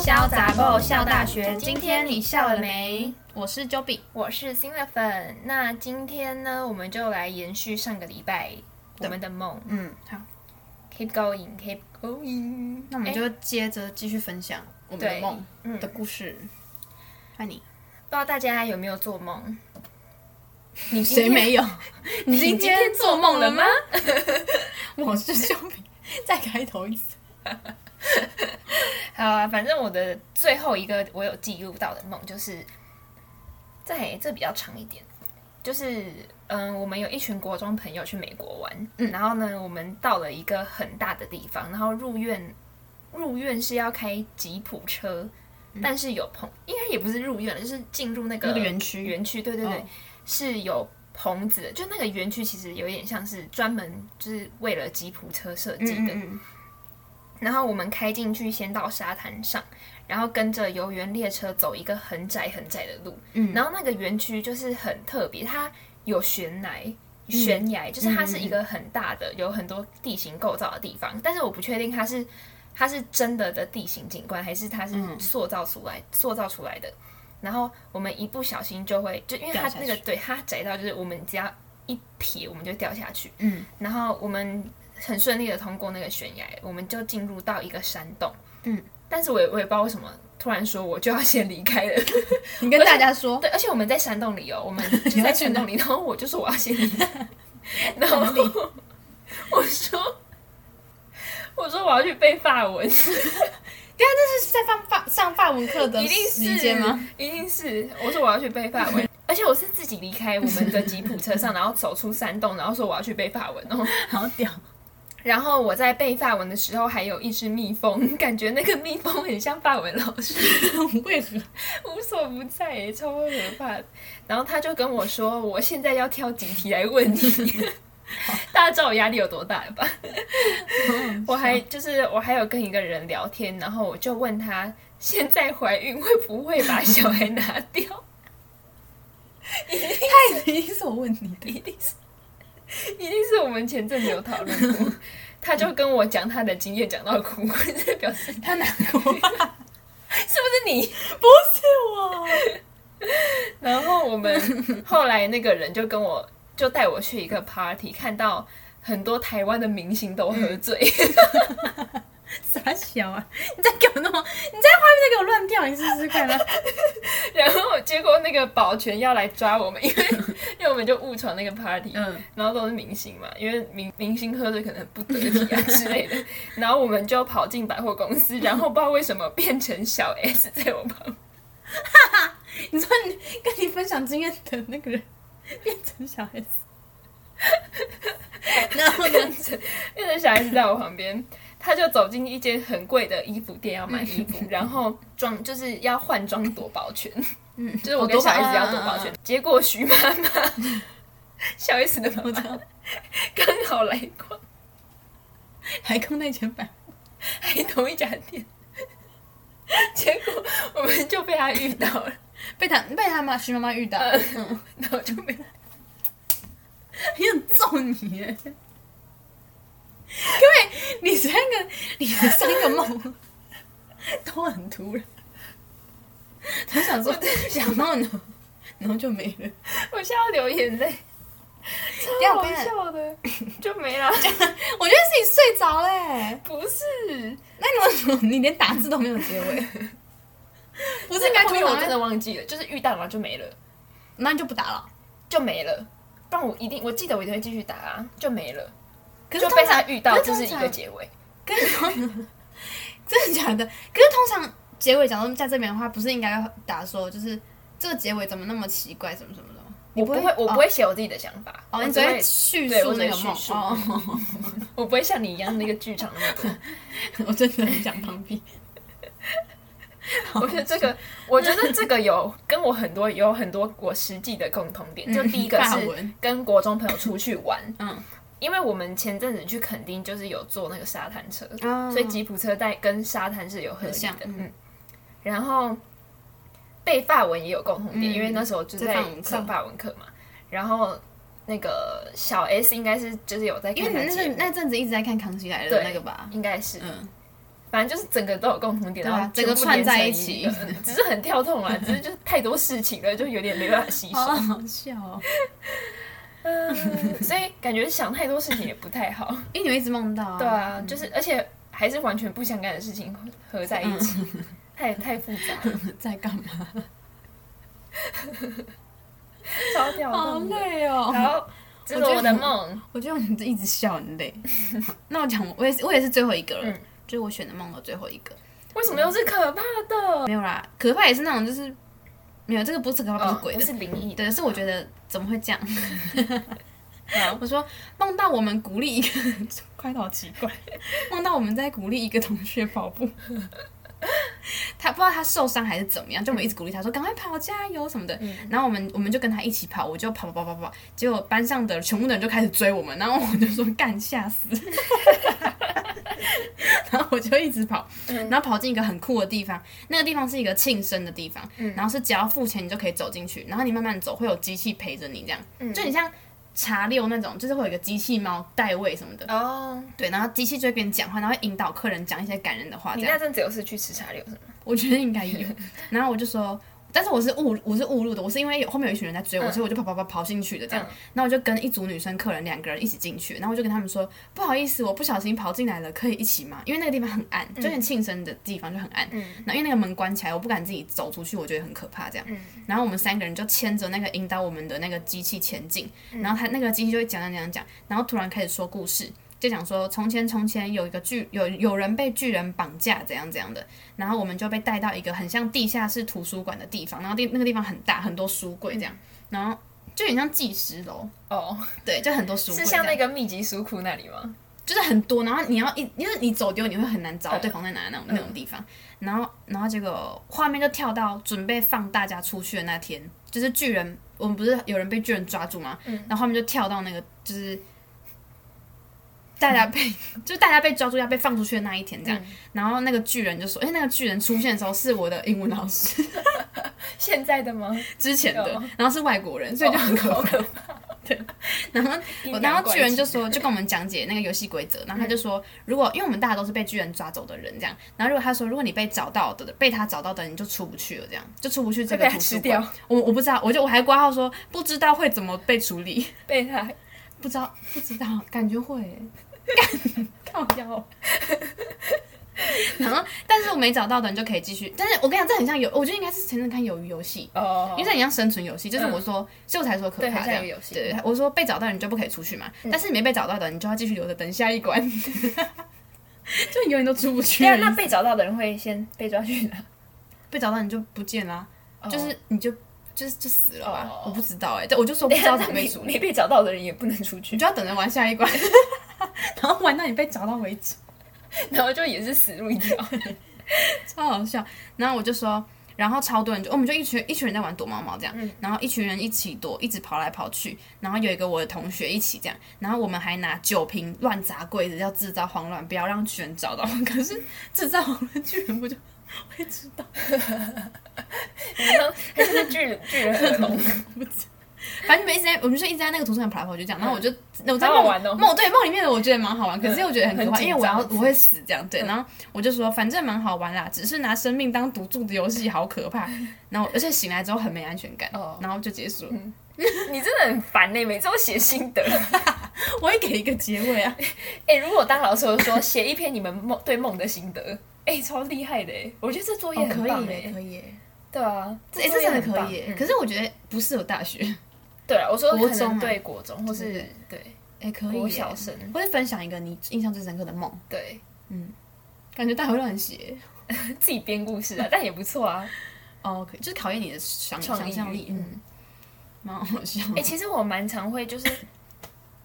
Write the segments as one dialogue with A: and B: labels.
A: 报笑大学，今天你笑了没？
B: 我是 Joby，
A: 我是新的粉，那今天呢，我们就来延续上个礼拜我们的梦
B: 嗯，好，
A: ，keep going，keep going。哎
B: 那我们就接着继续分享我们的
A: 对
B: 梦
A: 嗯
B: 的故事。爱你，
A: 不知道大家有没有做梦？你今
B: 谁
A: 天
B: 没有？ 你
A: 你今天做梦了吗？？
B: 我是 Joby，再开头一次。
A: 好啊，反正我的最后一个我有记录到的梦就是，在这比较长一点，就是嗯，我们有一群国中朋友去美国玩，
B: 嗯
A: 然后呢，我们到了一个很大的地方，然后入院，入院是要开吉普车，但是有棚，应该也不是入院了，就是进入那个
B: 嗯那个园区
A: 园区，对对对，
B: 哦
A: 是有。棚子的就那个园区其实有一点像是专门就是为了吉普车设计的，
B: 嗯
A: 然后我们开进去，先到沙滩上，然后跟着游园列车走一个很窄很窄的路。
B: 嗯
A: 然后那个园区就是很特别，它有悬崖，悬崖、就是它是一个很大的，有很多地形构造的地方。但是我不确定它是它是真的的地形景观，还是它是
B: 嗯
A: 塑造出来、塑造出来的。然后我们一不小心就会，就因为它
B: 掉下
A: 那个
B: 去
A: 对它窄到就是我们只要一撇我们就掉下去。
B: 嗯，
A: 然后我们很顺利的通过那个悬崖，我们就进入到一个山洞。
B: 嗯，
A: 但是我也我也不知道为什么突然说我就要先离开了。
B: 你跟大家说，
A: 对，而且我们在山洞里哦，我们就在山洞里，然后我就说我要先离 开，然后我说我说我要去背法文，
B: 这是在放法上法文课的
A: 一定是
B: 时间吗？？
A: 一定是，我说我要去背法文。而且我是自己离开我们的吉普车上，然后走出山洞，然后说我要去背法文哦。
B: 好屌，
A: 然后我在背法文的时候，还有一只蜜蜂，感觉那个蜜蜂很像法文老师，
B: 为 何？
A: 无所不在耶，超可怕的。然后他就跟我说，我现在要挑几题来问你。 大家知道我压力有多大了吧？我还
B: 啊
A: 就是我还有跟一个人聊天，然后我就问他，现在怀孕会不会把小孩拿掉？
B: 太理所问你的，
A: 一定是我们前阵子有讨论过。他就跟我讲他的经验，讲到哭，这表示
B: 他难过吗？
A: 是不是你？
B: 不是我，
A: 然后我们后来那个人就跟我就带我去一个 party，看到很多台湾的明星都喝醉，
B: 傻小啊！你在给我弄，你在画面在给我乱跳，你试试看啊！
A: 然后结果那个保全要来抓我们，因为因为我们就误闯那个 party，、
B: 嗯，
A: 然后都是明星嘛，因为明明星喝醉可能不得体啊之类的，然后我们就跑进百货公司，然后不知道为什么变成小 S 在我旁边，
B: 你说你跟你分享经验的那个人变成小 S，然后呢？
A: 变成小 S 在我旁边。他就走进一间很贵的衣服店要买衣 服，然后装就是要换装夺宝拳，
B: 嗯，
A: 就是我跟小 S 要做保全，结果徐妈妈、小 S 的妈
B: 我
A: 妈
B: 知道，
A: 刚好来逛，
B: 还空那前版，
A: 还同一家店，结果我们就被她遇到了，
B: 被他被他妈徐妈妈遇到， 嗯，
A: 然后就被
B: 也很揍你耶。因为你三个，你的三个梦都很突然，我想说想到呢，然后就没了。
A: 我笑到流眼泪，
B: 等一下
A: 超
B: 我
A: 好
B: 跟你
A: 笑的，就没了，
B: 我觉得是你睡着欸嘞、
A: 不是，
B: 那你为什么你连打字都没有结 尾？不
A: 不
B: 是应该
A: 因为
B: 通
A: 我
B: 常
A: 真的忘记了，就是遇到然后就没了，
B: 那你就不打了。
A: 就没了，不然我一定我记得我一定会继续打啊，就没了，
B: 可
A: 就
B: 通
A: 被
B: 常
A: 他遇到
B: 可
A: 这
B: 通
A: 是一个
B: 常
A: 结尾，
B: 跟你说 真的假的？可是通常结尾讲到在这边的话，不是应该要打说就是这个结尾怎么那么奇怪，什么什么的吗？
A: 我不会我不
B: 哦
A: 会写我自己的想法，
B: 哦，
A: 我
B: 你
A: 只
B: 只会
A: 会
B: 叙
A: 对
B: 述
A: 我只
B: 那
A: 会
B: 个梦
A: 叙述
B: 哦。
A: 我不会像你一样那个剧场 那么多。
B: 哦我真的很想放屁。
A: 我觉得这个，我觉得这个有跟我很多有很多我实际的共同 点。就第一个
B: 嗯 法
A: 是
B: 文
A: 跟国中朋友出去玩，
B: 嗯
A: 因为我们前阵子去垦丁就是有坐那个沙滩车，啊
B: 哦
A: 所以吉普车带跟沙滩是有合理
B: 很像
A: 的。
B: 嗯
A: 嗯，然后背法文也有共同点，
B: 嗯
A: 因为那时候就在
B: 在法文课
A: 上法文课嘛。然后那个小 S 应该是就是有在
B: 因
A: 看
B: 为
A: 他
B: 你那
A: 节
B: 阵
A: 目，
B: 那阵子一直在看《康熙来了》
A: 对
B: 那个吧？
A: 应该是。
B: 嗯，
A: 反正就是整个都有共同点，
B: 对啊
A: 然后
B: 整个
A: 全部连成
B: 串在一起
A: 个嗯只是很跳痛啦，只是就是太多事情了，就有点没办法吸收。
B: 好好笑哦！
A: 嗯 所以感觉想太多事情也不太好。
B: 因为你会一直梦到 啊。
A: 对啊，就是而且还是完全不相干的事情合在一起，
B: 嗯
A: 太太复杂了，
B: 在干嘛？
A: 超跳
B: 好
A: 动的。
B: 累哦！
A: 然后这是
B: 我觉得
A: 我的梦，
B: 我觉得我们一直笑很累。 那我讲，我也是，我也是最后一个了，
A: 嗯
B: 就是我选的梦的最后一个。
A: 为什么又是可怕的？
B: 没有啦，可怕也是那种，就是没有这个不是可怕，不
A: 哦
B: 是鬼
A: 不
B: 的，
A: 是灵异的。
B: 对，是我觉得怎么会这样？
A: 好
B: 我说梦到我们鼓励一个，
A: 快到奇怪，
B: 梦到我们在鼓励一个同学跑步， 他不知道他受伤还是怎么样，就我们一直鼓励他说赶快跑，加油什么的。然后我们我们就跟他一起跑，我就跑跑跑跑跑，结果班上的全部的人就开始追我们，然后我就说干吓死， 然后我就一直跑，然后跑进一个很酷的地方，那个地方是一个庆生的地方，然后是只要付钱你就可以走进去，然后你慢慢走会有机器陪着你这样，
A: 嗯
B: 就你像。茶六那种，就是会有一个机器猫代位什么的，
A: 哦，
B: 对，然后机器就会跟你讲话，然后会引导客人讲一些感人的话，这
A: 你
B: 样
A: 那阵子有是去吃茶六是吗？
B: 我觉得应该有。然后我就说，但是我是误我是误入的，我是因为有后面有一群人在追我，所以我就跑跑跑跑进去的这样。然后我就跟一组女生客人两个人一起进去，然后我就跟他们说，不好意思，我不小心跑进来了，可以一起吗？因为那个地方很暗，就很庆生的地方就很暗。然后因为那个门关起来，我不敢自己走出去，我觉得很可怕这样。然后我们三个人就牵着那个引导我们的那个机器前进，然后他那个机器就会讲讲讲讲，然后突然开始说故事。就讲说，从前从前有一个巨有有人被巨人绑架，怎样怎样的，然后我们就被带到一个很像地下室图书馆的地方，然后地那个地方很大，很多书柜这样，然后就很像纪实楼，
A: 哦，
B: 对，就很多书柜
A: 是
B: 这样，
A: 像那个密集书库那里吗？
B: 就是很多，然后你要一，因为你走丢，你会很难
A: 嗯
B: 找到对方在哪那种、那种地方，然后然后结果画面就跳到准备放大家出去的那天，就是巨人，我们不是有人被巨人抓
A: 嗯
B: 住吗？然后画面就跳到那个就是。大家被 就大家被抓住要被放出去的那一天，这样，
A: 嗯
B: 然后那个巨人就说：“哎、那个巨人出现的时候是我的英文老师。”
A: 现在的吗？
B: 之前的
A: 哦，
B: 然后是外国人，所以就很可怕。
A: 怕。
B: 然后
A: 阴阳
B: 我嗯然后
A: 怪
B: 巨人就
A: 气
B: 说，就跟我们讲解那个游戏规则，然后他
A: 嗯
B: 就说，如果因为我们大家都是被巨人抓走的人，这样，然后如果他说，如果你被找到的，被他找到的人，你就出不去了，这样就出不去这
A: 会
B: 个
A: 被他
B: 图
A: 吃
B: 书馆
A: 掉。，
B: 我我不知道，我就我还挂号说不知道会怎么被处理，
A: 被他
B: 不知道不知道，感觉会 欸。
A: 靠腰。
B: 然后，但是我没找到的人就可以继续。但是我跟你讲，这很像游，我觉得应该是前阵看鱿鱼游戏，
A: 哦，
B: 因为这很像生存游戏，就是我说，所以我才说可
A: 嗯对
B: 怕
A: 很
B: 这
A: 像
B: 样
A: 游戏嗯
B: 对，我说被找到你就不可以出去嘛，但是你没被找到的，你就要继续留着等下 一关，就你永远都出不去
A: 对
B: 了。
A: 啊，那被找到的人会先被抓去哪？
B: 被找到你就不见啦，就是你就就是就死了吧
A: 哦？
B: 我不知道哎，对，我就 说不
A: 等一
B: 知
A: 下
B: 道
A: 那
B: 怎么被
A: 你
B: 处
A: 你
B: 理，
A: 被找到的人也不能出去
B: 你，就要等着玩下一关，然后玩到你被找到为止。
A: 然后就也是死路一条。
B: 超好笑。然后我就说，然后超多人就，我们就一群一群人在玩躲猫猫这样，
A: 嗯
B: 然后一群人一起躲，一直跑来跑去，然后有一个我的同学一起这样，然后我们还拿酒瓶乱砸柜子，要制造慌乱，不要让巨人找到。 可是制造慌乱，巨人不就会知道？
A: 然后还是那巨人巨人耳聋，
B: 反正你们一直在，我们就一直在那个图书馆跑来跑去这样，然后我就我
A: 嗯
B: 在
A: 好
B: 梦
A: 好玩哦嗯
B: 梦对梦里面的我觉得蛮好玩，可是我觉得很可怕，
A: 很紧
B: 因为我要
A: 张嗯
B: 我会死这样对，然后我就说反正蛮好玩啦，只是拿生命当赌注的游戏好可怕，然后而且醒来之后很没安全感
A: 哦，
B: 然后就结束了。
A: 你真的很烦呢、每次都写心得。
B: 我会给一个结尾啊，
A: 哎、如果我当老师，我就说写一篇你们梦对梦的心得，哎、超厉害的、欸，我觉得这作业
B: 哦可
A: 很
B: 以
A: 棒哎、
B: 耶，可以耶，
A: 对啊，作
B: 哎，这
A: 业
B: 真的
A: 很
B: 可
A: 棒
B: 以耶。
A: 嗯
B: 可是我觉得不适合大学，
A: 对啊，我说
B: 国
A: 可
B: 中啊
A: 能对国中或是对
B: 哎，可以
A: 国
B: 耶。
A: 小生，
B: 或者分享一个你印象最深刻的梦，
A: 对
B: 感觉大家会乱写
A: 自己编故事啊，但也不错啊，
B: 哦，可以就是考验你的想
A: 创
B: 想
A: 意
B: 象力，嗯，
A: 嗯，
B: 蛮好笑 的
A: 哎、。其实我蛮常会就是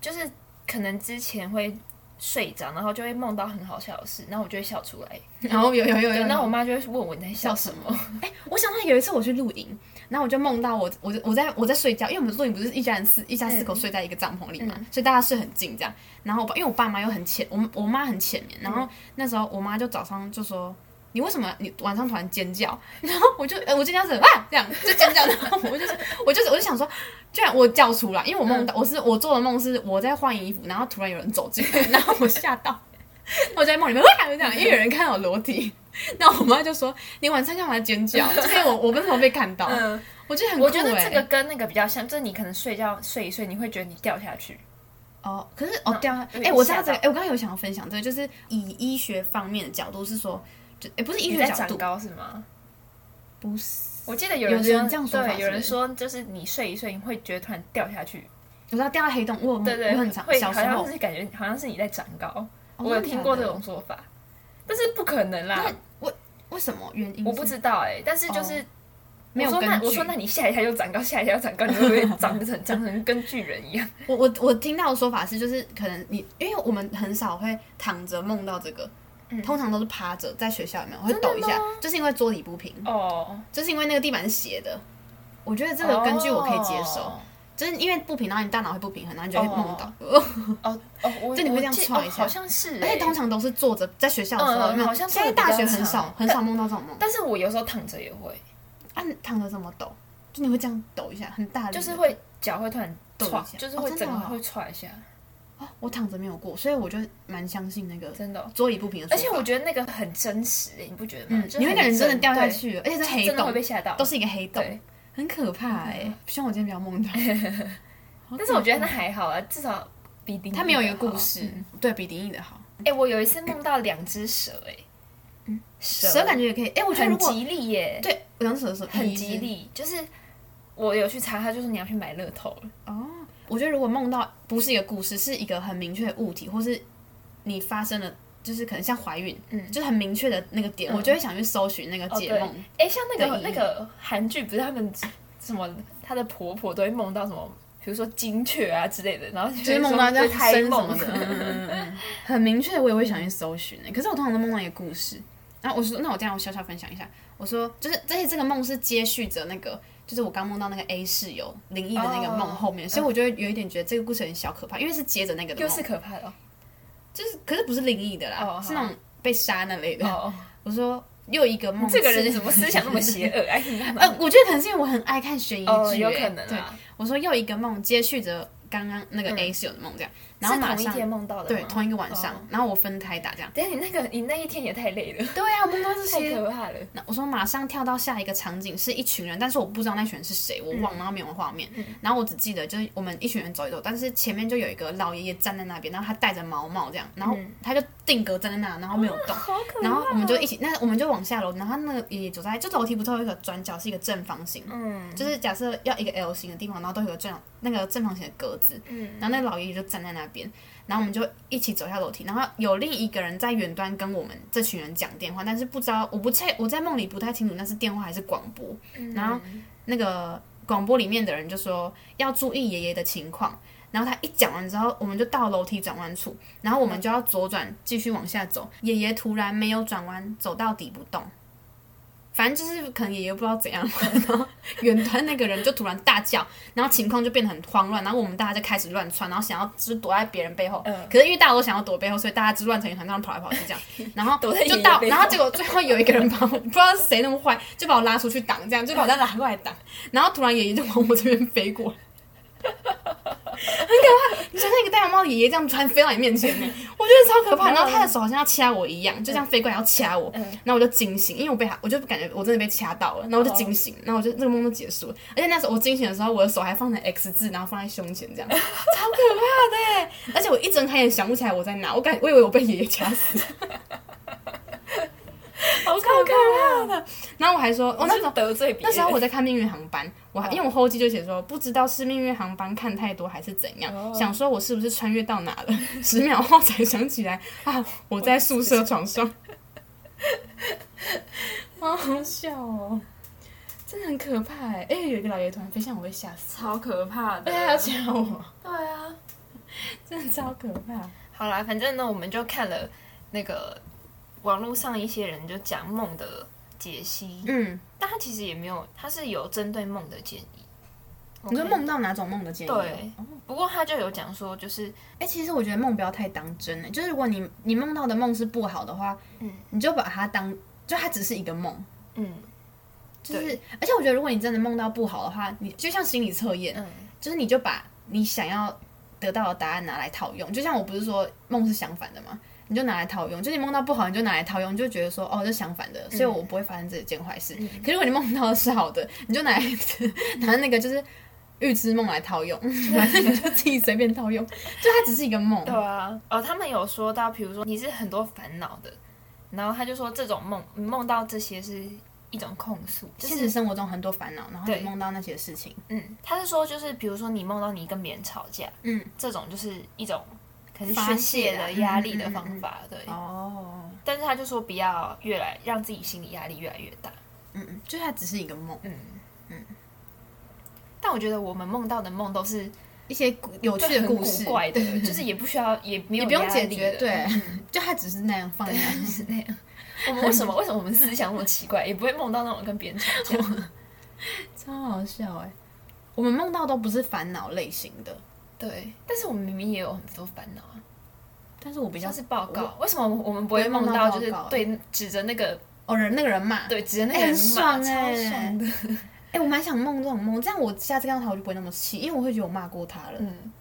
A: 就是可能之前会睡着，然后就会梦到很好笑的事，然后我就会笑出来。
B: 然后有有有
A: 对，
B: 有，
A: 那我妈就会问我你在笑
B: 笑
A: 什
B: 什
A: 么
B: 么？？哎、我想到有一次我去露营，然后我就梦到我我我在我在睡觉，因为我们露营不是一家人四一家
A: 嗯
B: 四口睡在一个帐篷里嘛，所以大家睡很近这样。然后我爸因为我爸妈又很浅，我们我妈很浅
A: 嗯
B: 眠，然后那时候我妈就早上就说。你为什么你晚上突然尖叫？ 然后我就，呃、我尖叫是啊，这样 就尖叫，然后我就是，我就是，我就想说，居然我叫
A: 嗯
B: 出来，因为我梦到、我是我做的梦是我在换衣服，然后突然有人走进来，然后我吓到，我在梦里面哇就这样，因为有人看到我裸体， 那我妈就说你晚上干嘛尖叫？就是因为我我那时候被看到，
A: 嗯，
B: 我觉得很酷、欸、
A: 我觉得这个跟那个比较像，就是你可能睡觉睡一睡，你会觉得你掉下去，
B: 哦，可是哦
A: 嗯
B: 掉下，
A: 有
B: 哎、
A: 点
B: 我知道
A: 吓
B: 这个，
A: 到
B: 哎、我刚刚有想要分享这个，就是以医学方面的角度是说，就哎、不是医
A: 你
B: 学
A: 在
B: 角
A: 长
B: 度，
A: 高是吗？
B: 不是，
A: 我记得有
B: 有
A: 人
B: 的
A: 说
B: 人这样说法
A: 对，有
B: 是
A: 人
B: 不是
A: 说就是你睡一睡，你会觉得突然掉下去，
B: 我知道掉到黑洞，我
A: 对对，
B: 哦我很长
A: 会
B: 小
A: 好
B: 时候
A: 像，是感觉好像是你在长高，
B: 哦
A: 我有
B: 真的
A: 听
B: 假
A: 过
B: 的
A: 这种说法，但是不可能啦
B: 那，为什么原因？
A: 我不知道哎、但是就是。
B: 没有
A: 我说那
B: 根据
A: 我说那你下一下就长高，下一下就长高，你会不 会长得成长成跟巨人一样？
B: 我我我听到的说法是，就是可能你，因为我们很少会躺着梦到这个，
A: 嗯
B: 通常都是趴着，在学校里面我会
A: 真的
B: 抖一下
A: 吗，
B: 就是因为桌底不平，
A: 哦，
B: 就是因为那个地板是斜的。我觉得这个根据我可以接受，
A: 哦
B: 就是因为不平，然后你大脑会不平衡，然后你就会梦到。
A: 哦哦，我
B: 就你会
A: 我
B: 这样
A: 记
B: 踹一
A: 哦
B: 下
A: 好像是、
B: 而且
A: 欸，
B: 通常都是坐着，在学校的时候，
A: 嗯
B: 有没有
A: 好像
B: 现在
A: 坐着比
B: 大
A: 较
B: 学很少
A: 长
B: 很少梦到这种梦。
A: 但是我有时候躺着也会，
B: 啊，你躺着怎么抖？就你会这样抖一下，很大力的。
A: 就是会脚会突然
B: 嗯抖一
A: 踹
B: 下，
A: 就是
B: 哦
A: 会
B: 真的
A: 整个
B: 哦
A: 会踹一下，
B: 哦，我躺着没有过，所以我就蛮相信那个
A: 真的哦。
B: 桌椅不平的说
A: 而
B: 法。
A: 且我觉得那个很真实、欸，你不觉得吗？
B: 嗯
A: 就，是
B: 你会
A: 很
B: 感觉真的掉下
A: 对，
B: 去了，而且是
A: 就
B: 黑
A: 真的会
B: 洞，
A: 被吓到，
B: 都是一个黑洞，
A: 对。嗯
B: 很可怕哎、希望我今天不要梦到。好
A: 但是我觉得
B: 可
A: 那还好啊，至少比迪
B: 怕嗯它没有一个故事，对比迪影的好。
A: 嗯哎、欸我有一次梦到两只蛇、欸，嗯，蛇
B: 蛇感觉也可以，哎、我觉得如
A: 很
B: 果
A: 吉利耶、
B: 对，我想蛇的时候
A: 很吉利。就是我有去查，他就是你要去买乐透了，
B: 哦。我觉得如果梦到不是一个故事，是一个很明确的物体，或是你发生了，就是可能像怀孕，
A: 嗯
B: 就是很明确的那个点，
A: 嗯
B: 我就会想去搜寻那个解梦。
A: 哎、像那个
B: 的意义
A: 那个韩剧，不是他们什么她的婆婆都会梦到什么，比如说金雀啊之类的，然后
B: 就是
A: 会
B: 梦
A: 说
B: 到这样
A: 对胎
B: 生什么
A: 梦
B: 的，嗯嗯嗯嗯，很明确，我也会想去搜寻、欸。可是我通常都梦到一个故事，然后我说，那我这样我小小分享一下，我说就是，而且这个梦是接续着那个，就是我刚梦到那个 A 室友灵异的那个梦
A: 哦
B: 后面，所以我就会有一点觉得这个故事有点小可怕，因为是接着那个 的
A: 又
B: 梦，
A: 是可怕的哦
B: 就是可是不是灵异的啦，
A: 哦
B: 是那种被杀那类的。
A: 哦。
B: 我说又一个梦，
A: 这个人
B: 是
A: 怎么思想那么邪恶？哎，你看嘛
B: 呃，我觉得可能是因为我很爱看悬疑剧、
A: 哦，
B: 欸
A: 有可能
B: 对，
A: 啊，嗯
B: 我说又一个梦接续着刚刚那个 A 室友的梦这样，然后
A: 是
B: 马
A: 同一
B: 上。
A: 天梦到的
B: 对，
A: 吗
B: 同一个晚上，
A: 哦
B: 然后我分开打 这样。
A: 等一下你那个你那一天也太累了，
B: 对啊，我梦到这
A: 太
B: 些。
A: 可怕了。
B: 那我说马上跳到下一个场景是一群人，但是我不知道那群人是谁，
A: 嗯
B: 我忘了，然后没有画面。然后我只记得就是我们一群人走一走，但是前面就有一个老爷爷站在那边，然后他戴着毛帽这样，然后
A: 嗯
B: 他就定格站在那，然后没有动。
A: 好可怕。
B: 然后我们就一起，那我们就往下楼，然后那个爷爷走在，就楼梯不是有一个转角是一个正方形，
A: 嗯
B: 就是假设要一个 L 型的地方，然后都有个正那个正方形的格子，
A: 嗯
B: 然后那个老爷爷就站在那边，然后我们就一起走下楼梯，然后有另一个人在远端跟我们这群人讲电话，但是不知道我不太我在梦里不太清楚那是电话还是广播，
A: 嗯
B: 然后那个广播里面的人就说要注意爷爷的情况。然后他一讲完之后，我们就到楼梯转弯处，然后我们就要左转继续往下走。爷爷突然没有转弯，走到底不动，反正就是可能爷爷不知道怎样，然后远端那个人就突然大叫，然后情况就变得很慌乱，然后我们大家就开始乱窜，然后想要就是躲在别人背后，
A: 嗯
B: 可是因为大家都想要躲背后，所以大家就乱成一团，这样跑来跑去这样， 然后
A: 躲在爷
B: 就
A: 爷
B: 到，
A: 背
B: 然后
A: 后
B: 结果最后有一个人把我不知道是谁那么坏，就把我拉出去挡，这样就把我再拉过来挡，然后突然爷爷就往我这边飞过来。很可怕！你想象一个戴毛帽的爷爷这样突然飞到你面前呢， 我觉得超可怕。然后他的手好像要掐我一样，就这样飞过来要掐我，
A: 嗯
B: 然后我就惊醒，因为我被他，我就感觉我真的被掐到了，然后我就惊醒，然后我就那个梦就结束了。而且那时候我惊醒的时候，我的手还放在 X 字，然后放在胸前这 样，超可怕的欸。而且我一睁开眼想不起来我在哪，我感我以为我被爷爷掐死，
A: 好可怕。
B: 超可怕的。然后我还说，我哦
A: 我那
B: 那时
A: 时候
B: 候
A: 得罪别人，
B: 那时候我在看命运航班，我还因为我后记就写说不知道是命运航班看太多还是怎样，
A: 哦
B: 想说我是不是穿越到哪了，十秒后才想起来啊，我在宿舍床上， 好好笑哦，真的很可怕哎！哎、有一个老爷爷突然飞向我，会吓死，
A: 超可怕
B: 而且他要掐我，
A: 对啊，
B: 真的超可怕。
A: 好啦，反正呢，我们就看了那个网络上一些人就讲梦的解析，
B: 嗯，
A: 但他其实也没有，他是有针对梦的建议。
B: 你说
A: OK？
B: 梦到哪种梦的建议？哦
A: 对，不过他就有讲说，就是
B: 哎、其实我觉得梦不要太当真、欸，就是如果你你梦到的梦是不好的话，
A: 嗯，
B: 你就把它当就它只是一个梦。
A: 嗯
B: 就是，而且我觉得，如果你真的梦到不好的话，你就像心理测验，
A: 嗯
B: 就是你就把你想要得到的答案拿来套用。就像我不是说梦是相反的吗？你就拿来套用，就是你梦到不好，你就拿来套用，你就觉得说哦，这相反
A: 嗯
B: 的，所以我不会发生这一件坏事。可是如果你梦到的是好的，你就拿来 拿那个就是预知梦来套用，拿那个就自己随便套用，就它只是一个梦。
A: 对啊，
B: 嗯
A: 哦，他们有说到，比如说你是很多烦恼的，然后他就说这种梦你梦到这些是一种控诉，就
B: 现
A: 是
B: 实生活中很多烦恼，然后你
A: 对
B: 梦到那些事情，
A: 嗯，他是说就是比如说你梦到你跟别人吵架，
B: 嗯，
A: 这种就是一种可能
B: 发
A: 宣
B: 泄
A: 泄
B: 啊
A: 的
B: 嗯
A: 压
B: 嗯
A: 力的
B: 嗯
A: 方
B: 嗯
A: 法，对。
B: 哦，
A: 但是他就说不要越来让自己心理压力越来越大，
B: 嗯嗯，就它只是一个梦，
A: 嗯嗯。但我觉得我们梦到的梦都是
B: 一些古有趣的
A: 很
B: 故
A: 古
B: 事，
A: 怪的， 就是也不需要也没有
B: 也不用
A: 压
B: 解
A: 力
B: 决，
A: 的
B: 对，就它只是那样放在那里。
A: 是那样。 我们为什么为什么我们思想那么奇怪，也不会梦到那种跟别人吵架？
B: 超好笑哎、我们梦到都不是烦恼类型的，
A: 对，但是我们明明也有很多烦恼啊，
B: 但是我比较
A: 像是报告，为什么我们不会
B: 不会梦
A: 梦
B: 到
A: 到就是
B: 报告
A: 对指着那个
B: 哦人那个人骂，
A: 对指着那
B: 哎
A: 个人
B: 很
A: 骂，
B: 爽
A: 超
B: 哎
A: 爽的，
B: 哎、我蛮想梦这种梦，这样我下次看到他我就不会那么气，因为我会觉得我骂过他了。
A: 嗯。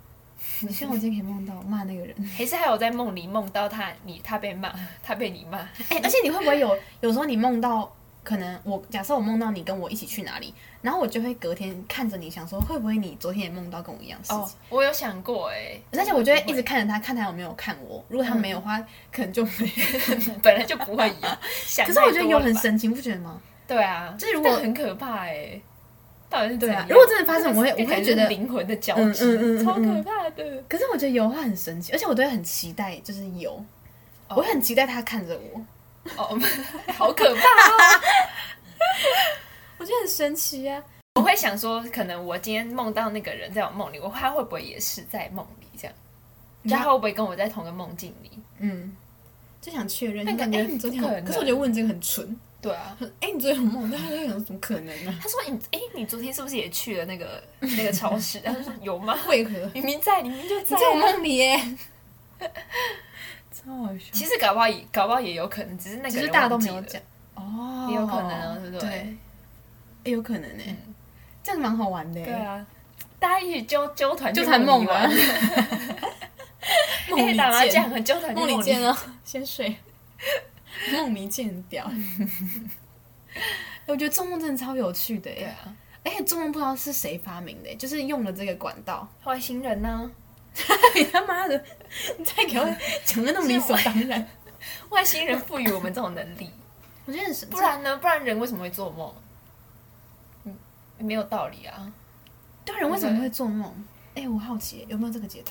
B: 希望我今天可以梦到骂那个人。
A: 还是还有在梦里梦到他，你他被骂，他被你骂，
B: 哎、而且你会不会有有时候你梦到，可能我假设我梦到你跟我一起去哪里，然后我就会隔天看着你想说，会不会你昨天也梦到跟我一样的事情？
A: 哦，我有想过哎、
B: 而且我就会嗯一直看着他，看他有没有看我。如果他没有的话，可能就没有。
A: 本来就不会 一样，想
B: 可是我觉得有
A: 太多
B: 很
A: 了吧
B: 神奇，不觉得吗？
A: 对啊，
B: 就是如果
A: 但很可怕哎、到底是怎
B: 对
A: 样
B: 啊，如果真的发生，我会
A: 这
B: 我
A: 感
B: 会觉得
A: 是灵魂的交
B: 嗯
A: 织，
B: 嗯嗯嗯
A: 超可
B: 嗯
A: 怕的。
B: 可是我觉得油画很神奇，而且我都会很期待，就是油，
A: 哦
B: 我很期待他看着我，
A: 哦，好可 怕！
B: 我觉得很神奇啊。
A: 我会想说，可能我今天梦到那个人在我梦里，我他会不会也是在梦里这样？
B: 你知
A: 就
B: 道
A: 他会不会跟我在同个梦境里？
B: 嗯，就想确认，
A: 那
B: 就
A: 个
B: 感
A: 哎
B: 觉
A: 你
B: 昨天
A: 不可
B: 有，
A: 能
B: 可是我觉得问这个很蠢。
A: 对 啊，
B: 哎、你昨天有梦到？他就想怎么可能啊呢、
A: 他说你哎，你昨天是不是也去了那 个那个超市？他就说有吗？
B: 为何？你
A: 明明在，你明明就在
B: 在我
A: 啊。
B: 梦里耶，超好 笑。
A: 其实搞不好也搞不好也有可能，只是那个
B: 只是
A: 人
B: 大家都
A: 忘
B: 没
A: 记
B: 有
A: 了，
B: 讲哦，
A: 也有可能啊，对不
B: 对？
A: 对？
B: 哎有可能哎、这样蛮好玩的、欸
A: 对，啊，大家一起揪揪团
B: 就
A: 去
B: 谈梦
A: 里
B: 了
A: 玩。
B: 梦
A: 哎，
B: 里
A: 打麻将
B: 见，
A: 和纠团
B: 梦里见
A: 见，
B: 哦， 先睡。梦里见很屌。哎我觉得做梦真的超有趣的
A: 对
B: 耶，
A: 啊，
B: 而且做梦不知道是谁发明的耶，就是用了这个管道。
A: 外星人呢？
B: 你他妈的，你再给我讲的那么理所当然，
A: 外星人赋予我们这种能力，
B: 我觉得很神 奇
A: 不然呢？不然人为什么会做梦？嗯，没有道理啊！
B: 对人为什么会做梦？哎、我好奇耶有没有这个解答？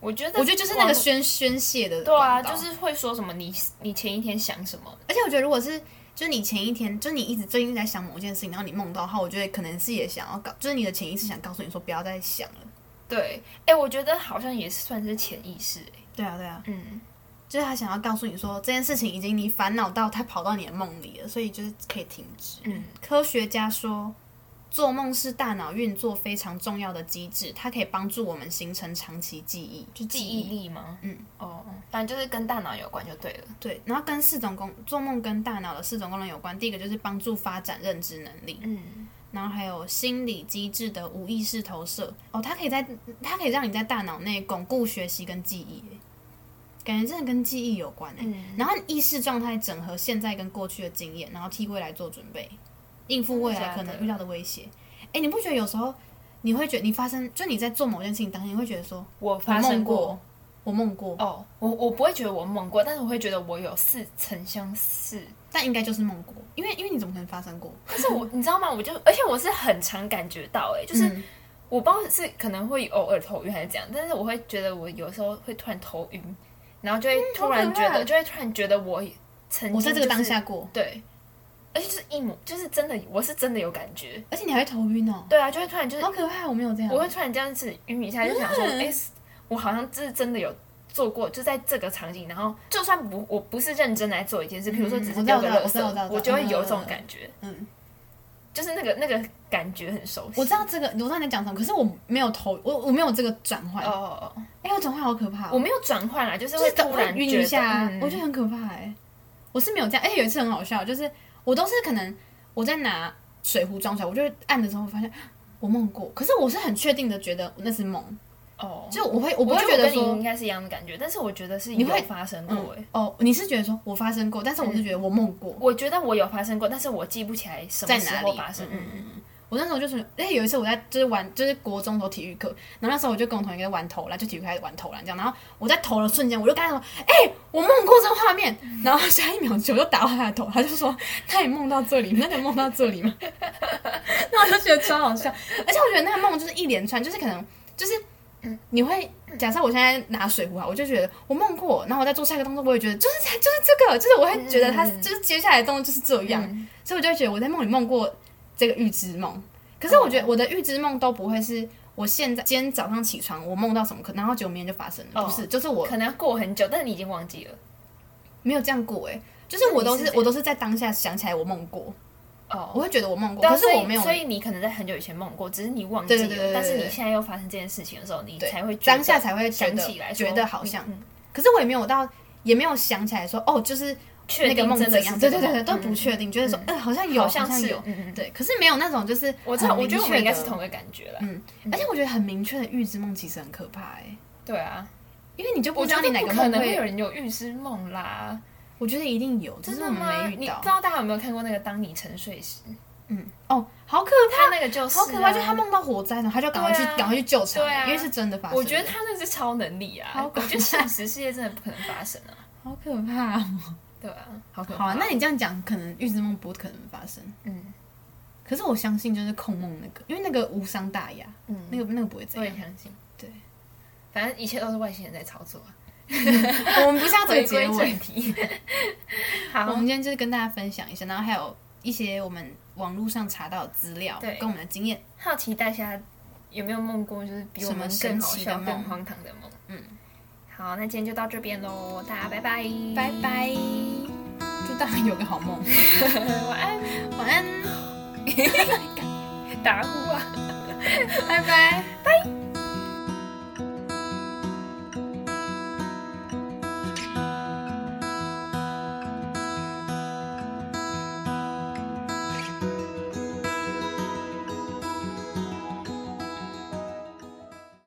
A: 我觉得，
B: 我觉得就是那个宣宣泄的
A: 对啊，
B: 管道
A: 就是会说什么你你前一天想什么？
B: 而且我觉得，如果是就是你前一天，就是你一直最近在想某件事情，然后你梦到的话，我觉得可能是也想要告，就是你的潜意识想告诉你说不要再想了。
A: 对，哎，我觉得好像也算是潜意识，哎
B: 对啊，对啊，
A: 嗯，
B: 就是他想要告诉你说这件事情已经你烦恼到他跑到你的梦里了，所以就是可以停止。
A: 嗯，
B: 科学家说，做梦是大脑运作非常重要的机制，它可以帮助我们形成长期记忆，就
A: 记忆。力吗？
B: 嗯，
A: 哦，反正就是跟大脑有关就对了。
B: 对，然后跟四种功做梦跟大脑的四种功能有关，第一个就是帮助发展认知能力，
A: 嗯，
B: 然后还有心理机制的无意识投射。哦，它可以在它可以让你在大脑内巩固学习跟记忆耶，感觉真的跟记忆有关哎。
A: 嗯
B: 然后意识状态整合现在跟过去的经验，然后替未来做准备，应付未
A: 啊
B: 来可能遇到的威胁。哎，你不觉得有时候你会觉得你发生，就你在做某件事情当下，你会觉得说
A: 我
B: 我
A: 发
B: 梦
A: 生
B: 过，我梦过，
A: 哦，我我不会觉得我梦过，但是我会觉得我有似曾相识。
B: 但应该就是梦过，因为因为你怎么可能发生过？
A: 但是我你知道吗？我就而且我是很常感觉到、欸，哎，就是、
B: 嗯
A: 我不知道是可能会偶尔头晕还是怎样，但是我会觉得我有时候会突然头晕，然后就会突
B: 嗯好
A: 然
B: 可
A: 觉
B: 怕
A: 得，就会突然觉得我曾经、
B: 我在这个当，下过，
A: 对，而且就是一模，就是真的，我是真的有感觉，
B: 而且你还会头晕哦，
A: 对啊，就会突然就是、
B: 好可怕！我没有这样
A: 我，会突然这样子晕一下，就想说，
B: 嗯
A: 哎、我好像是真的有。做过就在这个场景，然后就算不我不是认真来做一件事，比如说只是
B: 嗯我知
A: 丢
B: 道
A: 个
B: 我
A: 垃
B: 知道我知道我知道
A: 圾，我就会有这种
B: 嗯
A: 感觉，
B: 嗯，
A: 就是那个那个感觉很熟悉。
B: 我知道这个，我知道你在讲什么，可是我没有头，我我没有这个转换
A: 哦，，哦哦，
B: 哎，我转换好可怕哦，
A: 我没有转换啦，就是
B: 就是
A: 会
B: 突
A: 突
B: 然
A: 然
B: 晕
A: 觉
B: 一下啊，
A: 嗯
B: 我觉得很可怕哎、我是没有这样，哎而且有一次很好笑，就是我都是可能我在拿水壶装出来，我就会按的时候，我发现我梦过，可是我是很确定的，觉得那是梦。
A: 哦，
B: 就我会我不会
A: 觉
B: 觉
A: 得我
B: 得
A: 跟你
B: 说
A: 应该是一样的感觉，但是我觉得是
B: 你会
A: 有发生过欸诶、
B: 哦，你是觉得说我发生过，但是我是觉得我梦过。
A: 我觉得我有发生过，但是我记不起来什
B: 在
A: 么时
B: 哪
A: 候
B: 里
A: 发生。嗯嗯
B: 我那时候就是，哎、有一次我在就是玩，就是国中的时候体育课，然后那时候我就跟我同学在玩投篮，就体育课开始玩投篮这样，然后我在投的瞬间，我就跟他说，哎、我梦过这个画面， 然后下一秒球就打到他的头，他就说，他也梦到这里，那就梦到这里嘛，那我就觉得超好笑， 而且我觉得那个梦就是一连串，就是可能就是。你会假设我现在拿水壶啊，我就觉得我梦过，然后我在做下一个动作，我也觉得就是它就是这个，就是我会觉得它
A: 嗯
B: 就是接下来的动作就是这样，所以我就会觉得我在梦里梦过这个预知梦。可是我
A: 哦
B: 觉得我的预知梦都不会是我现在今天早上起床我梦到什么，可然后结果明天就发生了，
A: 哦
B: 不是，就是我
A: 可能要过很久，但是你已经忘记了。
B: 没有这样过哎、就是我都
A: 那你是
B: 是
A: 怎样
B: 我都是在当下想起来我梦过，
A: 哦，
B: 我会觉得我梦过，
A: 对啊
B: 可是
A: 所以
B: 我没有
A: 所以你可能在很久以前梦过，只是你忘记
B: 对
A: 了。
B: 对对对对
A: 但是你
B: 对
A: 现在又发生这件事情的时候，你
B: 对
A: 才会觉得
B: 当下才会觉
A: 想
B: 得
A: 起来说，
B: 觉得好像，
A: 嗯
B: 可是我也没有到也没有想起来说哦，就是
A: 确
B: 那个
A: 定
B: 梦
A: 真
B: 怎
A: 的
B: 样，
A: 是
B: 对
A: 这个
B: 对对
A: 梦
B: 对，都不
A: 嗯
B: 确定，觉得说
A: 嗯
B: 嗯好像有
A: 好
B: 像
A: 是
B: 有，
A: 嗯嗯嗯，
B: 对，可是没有那种就是
A: 我知道，
B: 很
A: 我觉得我
B: 明
A: 们应
B: 确
A: 该
B: 的
A: 是同一个感觉了。
B: 嗯，而且我觉得很明确的预知梦其实很可怕哎、
A: 对啊，
B: 因为你就不
A: 我
B: 知
A: 觉
B: 道
A: 得
B: 你哪
A: 不
B: 个
A: 可
B: 梦
A: 能会
B: 会
A: 有人有预知梦啦，
B: 我觉得一定有，只
A: 真
B: 是
A: 的
B: 我们
A: 吗？
B: 没
A: 你
B: 遇
A: 不
B: 到
A: 知。道大家有没有看过那个《当你沉睡时》？
B: 嗯，哦，好可
A: 他那个就是、
B: 怕，
A: 啊、
B: 好可怕！就他梦到火灾，然后他就赶快去
A: 对啊
B: 赶快去救场
A: 对，啊
B: 因为是真的发生的。
A: 我觉得他那是超能力啊，
B: 好
A: 我觉得现实世界真的不可能发生啊。
B: 好可怕哦。
A: 对啊，好可怕。
B: 好啊，那你这样讲，可能预知梦不可能发生。
A: 嗯
B: 可是我相信就是控梦那个，因为那个无伤大雅，
A: 嗯，
B: 那个那个不会这
A: 我也
B: 样。
A: 相信。
B: 对，
A: 反正一切都是外星人在操作啊。
B: 我们不是要走
A: 回
B: 结
A: 归
B: 尾
A: 正，题，
B: 我
A: 好
B: 们，今天就是跟大家分享一下，然后还有一些我们网络上查到的资料，
A: 对
B: 跟我们的经验。
A: 好奇大家有没有梦过，就是比我们
B: 什
A: 更
B: 么神
A: 好
B: 奇
A: 笑、
B: 的梦
A: 更荒唐的梦？
B: 嗯，
A: 好，那今天就到这边喽，大家拜拜，
B: 拜，拜，祝大家有个好梦，
A: 晚安，
B: 晚安，
A: 打呼啊。
B: 拜拜，拜。